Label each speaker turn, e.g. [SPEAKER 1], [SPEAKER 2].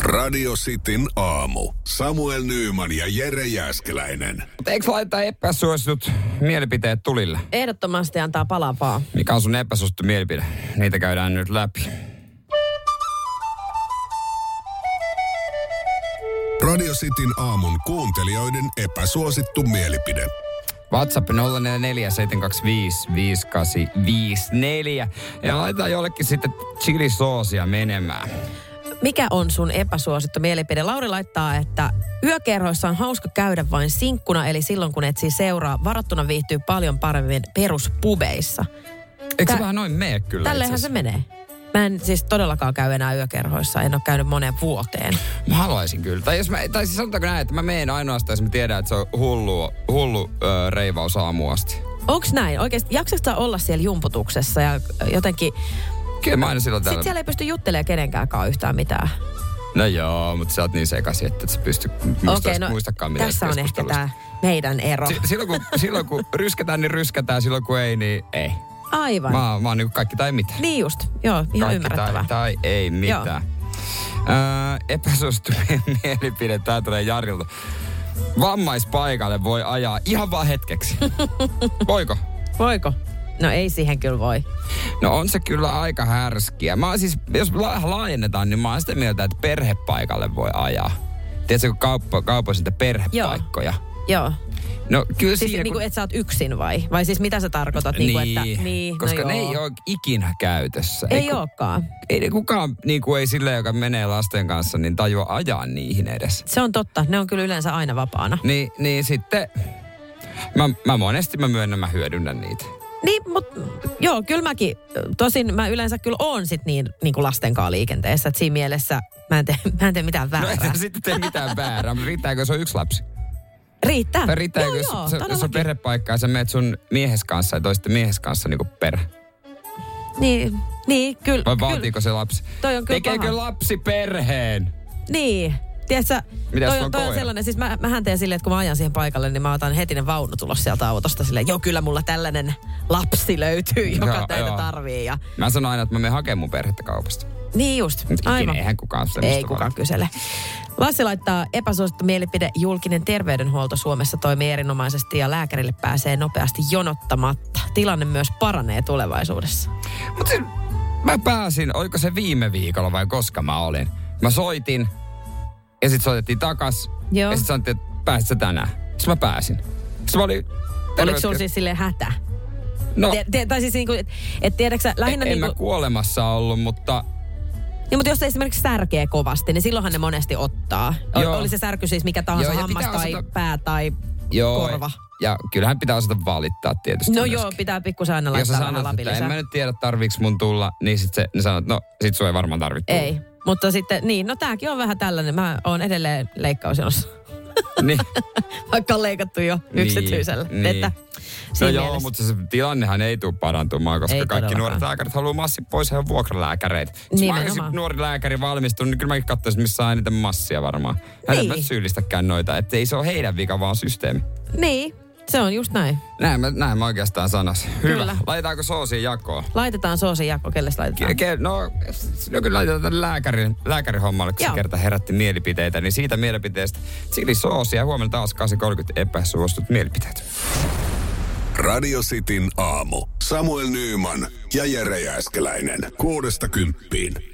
[SPEAKER 1] Radio Cityn aamu. Samuel Nyyman ja Jere Jäskeläinen.
[SPEAKER 2] Mutta eikö laita epäsuositut mielipiteet tulille?
[SPEAKER 3] Ehdottomasti antaa palaa vaan.
[SPEAKER 2] Mikä on sun epäsuosittu mielipide? Niitä käydään nyt läpi.
[SPEAKER 1] Radio Cityn aamun kuuntelijoiden epäsuosittu mielipide.
[SPEAKER 2] WhatsApp 0447255854. Ja laitetaan jollekin sitten chilisoosia menemään.
[SPEAKER 3] Mikä on sun epäsuosittu mielipide? Lauri laittaa, että yökerhoissa on hauska käydä vain sinkkuna, eli silloin kun etsii seuraa. Varattuna viihtyy paljon paremmin peruspubeissa.
[SPEAKER 2] Eikö
[SPEAKER 3] Tä-
[SPEAKER 2] se vähän noin mene kyllä?
[SPEAKER 3] Tälleenhän
[SPEAKER 2] itse
[SPEAKER 3] se menee. Mä en siis todellakaan käy enää yökerhoissa. En ole käynyt moneen vuoteen.
[SPEAKER 2] asiassa? Mä haluaisin kyllä. Tai, jos mä, tai siis sanotaanko näin, että mä meen ainoastaan, jos mä tiedän, että se on hullu, hullu ö, reivaus aamuasti.
[SPEAKER 3] Onks näin? Oikeasti jaksatko sä olla siellä jumputuksessa ja jotenkin...
[SPEAKER 2] Kyllä mä aina silloin
[SPEAKER 3] Sitten
[SPEAKER 2] täällä.
[SPEAKER 3] siellä ei pysty juttelemaan kenenkään yhtään mitään.
[SPEAKER 2] No joo, mutta sä oot niin sekaisin, että et sä pysty
[SPEAKER 3] Okei,
[SPEAKER 2] muistamaan no, muistakaan mitään
[SPEAKER 3] tässä on ehkä
[SPEAKER 2] keskustelusta.
[SPEAKER 3] tämä meidän ero.
[SPEAKER 2] Si- silloin, kun, silloin kun ryskätään, niin ryskätään. Silloin kun ei, niin ei.
[SPEAKER 3] Aivan.
[SPEAKER 2] Mä, oon- mä oon niin kaikki tai mitään.
[SPEAKER 3] Niin just, joo, ihan
[SPEAKER 2] kaikki
[SPEAKER 3] ymmärrettävää.
[SPEAKER 2] tai, tai ei mitään. Öö, epäsuosittu mielipide, tää tulee Jarilta. Vammaispaikalle voi ajaa ihan vaan hetkeksi. Voiko?
[SPEAKER 3] Voiko? No ei siihen kyllä voi.
[SPEAKER 2] No on se kyllä aika härskiä. Mä oon siis, jos la- laajennetaan, niin mä oon sitä mieltä, että perhepaikalle voi ajaa. Tiedätkö, kun kauppa, kaupoissa niitä perhepaikkoja. Joo.
[SPEAKER 3] Joo.
[SPEAKER 2] No kyllä
[SPEAKER 3] Siis
[SPEAKER 2] siinä,
[SPEAKER 3] niin
[SPEAKER 2] kun-
[SPEAKER 3] kuin, et sä oot yksin vai? Vai siis mitä sä tarkoitat? Niin, kuin, että, niin
[SPEAKER 2] koska
[SPEAKER 3] no
[SPEAKER 2] ne
[SPEAKER 3] joo.
[SPEAKER 2] ei ole ikinä käytössä.
[SPEAKER 3] Ei,
[SPEAKER 2] ku-
[SPEAKER 3] olekaan.
[SPEAKER 2] Ei ne kukaan, niin kuin ei sille, joka menee lasten kanssa, niin tajua ajaa niihin edes.
[SPEAKER 3] Se on totta. Ne on kyllä yleensä aina vapaana.
[SPEAKER 2] Niin, niin sitten, mä, mä monesti mä myönnän, mä hyödynnän niitä.
[SPEAKER 3] Niin, mutta joo, kyllä mäkin. Tosin mä yleensä kyllä oon sit niin, niin kuin lasten kanssa liikenteessä. Että siinä mielessä mä en tee, mä en tee mitään
[SPEAKER 2] No
[SPEAKER 3] väärää.
[SPEAKER 2] ei se sitten tee mitään väärää, mutta riittääkö, jos on yksi lapsi?
[SPEAKER 3] riittää.
[SPEAKER 2] Tai riittääkö,
[SPEAKER 3] Ah, joo,
[SPEAKER 2] jos,
[SPEAKER 3] joo,
[SPEAKER 2] sä- jos on
[SPEAKER 3] todellakin.
[SPEAKER 2] perhepaikka ja sä meet sun miehes kanssa ja toisten miehes kanssa niin perä?
[SPEAKER 3] Niin, niin kyllä.
[SPEAKER 2] Vai
[SPEAKER 3] kyllä.
[SPEAKER 2] vaatiiko se lapsi?
[SPEAKER 3] Toi on kyllä
[SPEAKER 2] Tekeekö
[SPEAKER 3] paha.
[SPEAKER 2] lapsi perheen?
[SPEAKER 3] Niin. Tiedätkö,
[SPEAKER 2] Mitä
[SPEAKER 3] toi
[SPEAKER 2] sulla on
[SPEAKER 3] on, toi on
[SPEAKER 2] koira?
[SPEAKER 3] sellainen, siis mä, mähän teen silleen, että kun mä ajan siihen paikalle, niin mä otan heti ne vaunut ulos sieltä autosta silleen, joo kyllä mulla tällainen lapsi löytyy, joka
[SPEAKER 2] Joo,
[SPEAKER 3] joo, tätä
[SPEAKER 2] joo.
[SPEAKER 3] tarvii. Ja...
[SPEAKER 2] Mä sanon aina, että mä menen hakemaan mun perhettä kaupasta.
[SPEAKER 3] Niin just,
[SPEAKER 2] Mutta ikinä
[SPEAKER 3] aivan.
[SPEAKER 2] eihän kukaan semmoista
[SPEAKER 3] Ei
[SPEAKER 2] valita.
[SPEAKER 3] kukaan kysele. Lassi laittaa epäsuosittu mielipide, julkinen terveydenhuolto Suomessa toimii erinomaisesti ja lääkärille pääsee nopeasti jonottamatta. Tilanne myös paranee tulevaisuudessa.
[SPEAKER 2] Mutta mä pääsin, oiko se viime viikolla vai koska mä olin. Mä soitin ja sitten soitettiin takas.
[SPEAKER 3] Joo.
[SPEAKER 2] Ja sitten sanottiin, että pääsit sä tänään. Sitten mä pääsin. Sitten mä olin...
[SPEAKER 3] Oliko sulla
[SPEAKER 2] terveyskes-
[SPEAKER 3] siis silleen hätä?
[SPEAKER 2] No, E-
[SPEAKER 3] Te, te, tai siis niinku, että et tiedätkö sä, lähinnä
[SPEAKER 2] en
[SPEAKER 3] niinku...
[SPEAKER 2] mä kuolemassa ollut, mutta
[SPEAKER 3] Niin, mutta jos esimerkiksi särkee kovasti, niin silloinhan ne monesti ottaa. O-
[SPEAKER 2] Joo.
[SPEAKER 3] Oli se särky siis mikä tahansa,
[SPEAKER 2] Joo,
[SPEAKER 3] joo,
[SPEAKER 2] ja pitää
[SPEAKER 3] hammas tai
[SPEAKER 2] osata-
[SPEAKER 3] pää tai
[SPEAKER 2] joo.
[SPEAKER 3] korva.
[SPEAKER 2] Ja kyllähän pitää osata valittaa tietysti
[SPEAKER 3] No
[SPEAKER 2] myöskin.
[SPEAKER 3] joo, pitää pikkusen aina
[SPEAKER 2] Jos sä
[SPEAKER 3] laittaa vähän
[SPEAKER 2] sanot, että en
[SPEAKER 3] lapilisää.
[SPEAKER 2] mä nyt tiedä tarviiks mun tulla, niin sit se, ne sanoo, että no sit sua ei varmaan tarvitse tulla.
[SPEAKER 3] Ei, mutta sitten, niin, no tääkin on vähän tällainen. Mä oon edelleen leikkausjonossa,
[SPEAKER 2] Niin.
[SPEAKER 3] vaikka on leikattu jo
[SPEAKER 2] Niin,
[SPEAKER 3] yksityisellä.
[SPEAKER 2] niin.
[SPEAKER 3] Että,
[SPEAKER 2] No
[SPEAKER 3] siinä
[SPEAKER 2] joo,
[SPEAKER 3] mielessä-
[SPEAKER 2] mutta se tilannehan ei tule parantumaan, koska
[SPEAKER 3] Ei
[SPEAKER 2] kaikki nuoret
[SPEAKER 3] todellakaan.
[SPEAKER 2] lääkärit haluaa massi pois, he on vuokralääkäreitä. Jos mä
[SPEAKER 3] Nimenomaan.
[SPEAKER 2] olisin nuori lääkäri valmistunut, niin kyllä mäkin katsoisin, missä saa eniten massia varmaan. Hän ei
[SPEAKER 3] Niin.
[SPEAKER 2] syyllistäkään noita, että ei se ole heidän vika, vaan systeemi.
[SPEAKER 3] Niin, se on just näin.
[SPEAKER 2] Näin mä, näin mä oikeastaan sanoisin. Hyvä.
[SPEAKER 3] Kyllä.
[SPEAKER 2] Laitetaanko soosia jakoon?
[SPEAKER 3] Laitetaan soosin jako, kelle se laitetaan.
[SPEAKER 2] Ke- ke- No, no kyllä laitetaan tänne lääkärin, lääkärihommalle, kun se
[SPEAKER 3] Joo.
[SPEAKER 2] kerta herätti mielipiteitä, niin siitä mielipiteestä Sili Soosia. Huomenna taas 8.30 epäsuostut mielipiteet.
[SPEAKER 1] Radio Cityn aamu. Samuel Nyyman ja Jere Jäskeläinen. Kuudesta kymppiin.